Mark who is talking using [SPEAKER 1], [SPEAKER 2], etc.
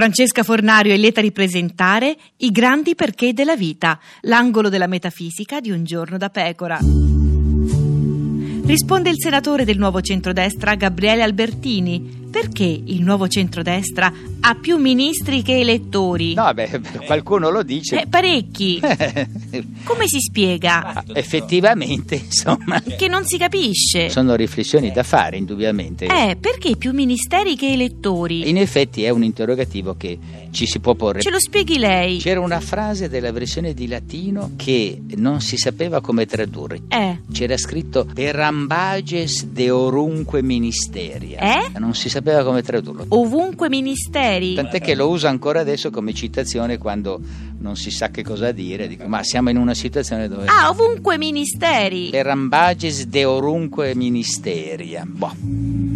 [SPEAKER 1] Francesca Fornario è lieta di presentare I grandi perché della vita, l'angolo della metafisica di un giorno da pecora. Risponde il senatore del nuovo centrodestra Gabriele Albertini. Perché il nuovo centrodestra ha più ministri che elettori?
[SPEAKER 2] No, beh, qualcuno lo dice.
[SPEAKER 1] Eh, parecchi. Come si spiega?
[SPEAKER 2] Ah, Effettivamente, insomma,
[SPEAKER 1] Che non si capisce.
[SPEAKER 2] sono riflessioni da fare, indubbiamente.
[SPEAKER 1] Eh, perché più ministeri che elettori?
[SPEAKER 2] In effetti è un interrogativo che ci si può porre.
[SPEAKER 1] Ce lo spieghi lei?
[SPEAKER 2] C'era una frase della versione di latino che non si sapeva come tradurre.
[SPEAKER 1] Eh,
[SPEAKER 2] C'era scritto perambages de orunque ministeria.
[SPEAKER 1] Eh?
[SPEAKER 2] Non si sapeva come tradurlo.
[SPEAKER 1] ovunque ministeri.
[SPEAKER 2] Tant'è che lo uso ancora adesso come citazione quando non si sa che cosa dire. Dico, ma siamo in una situazione dove...
[SPEAKER 1] Ah, ovunque ministeri.
[SPEAKER 2] Perambages de orunque ministeria. Boh.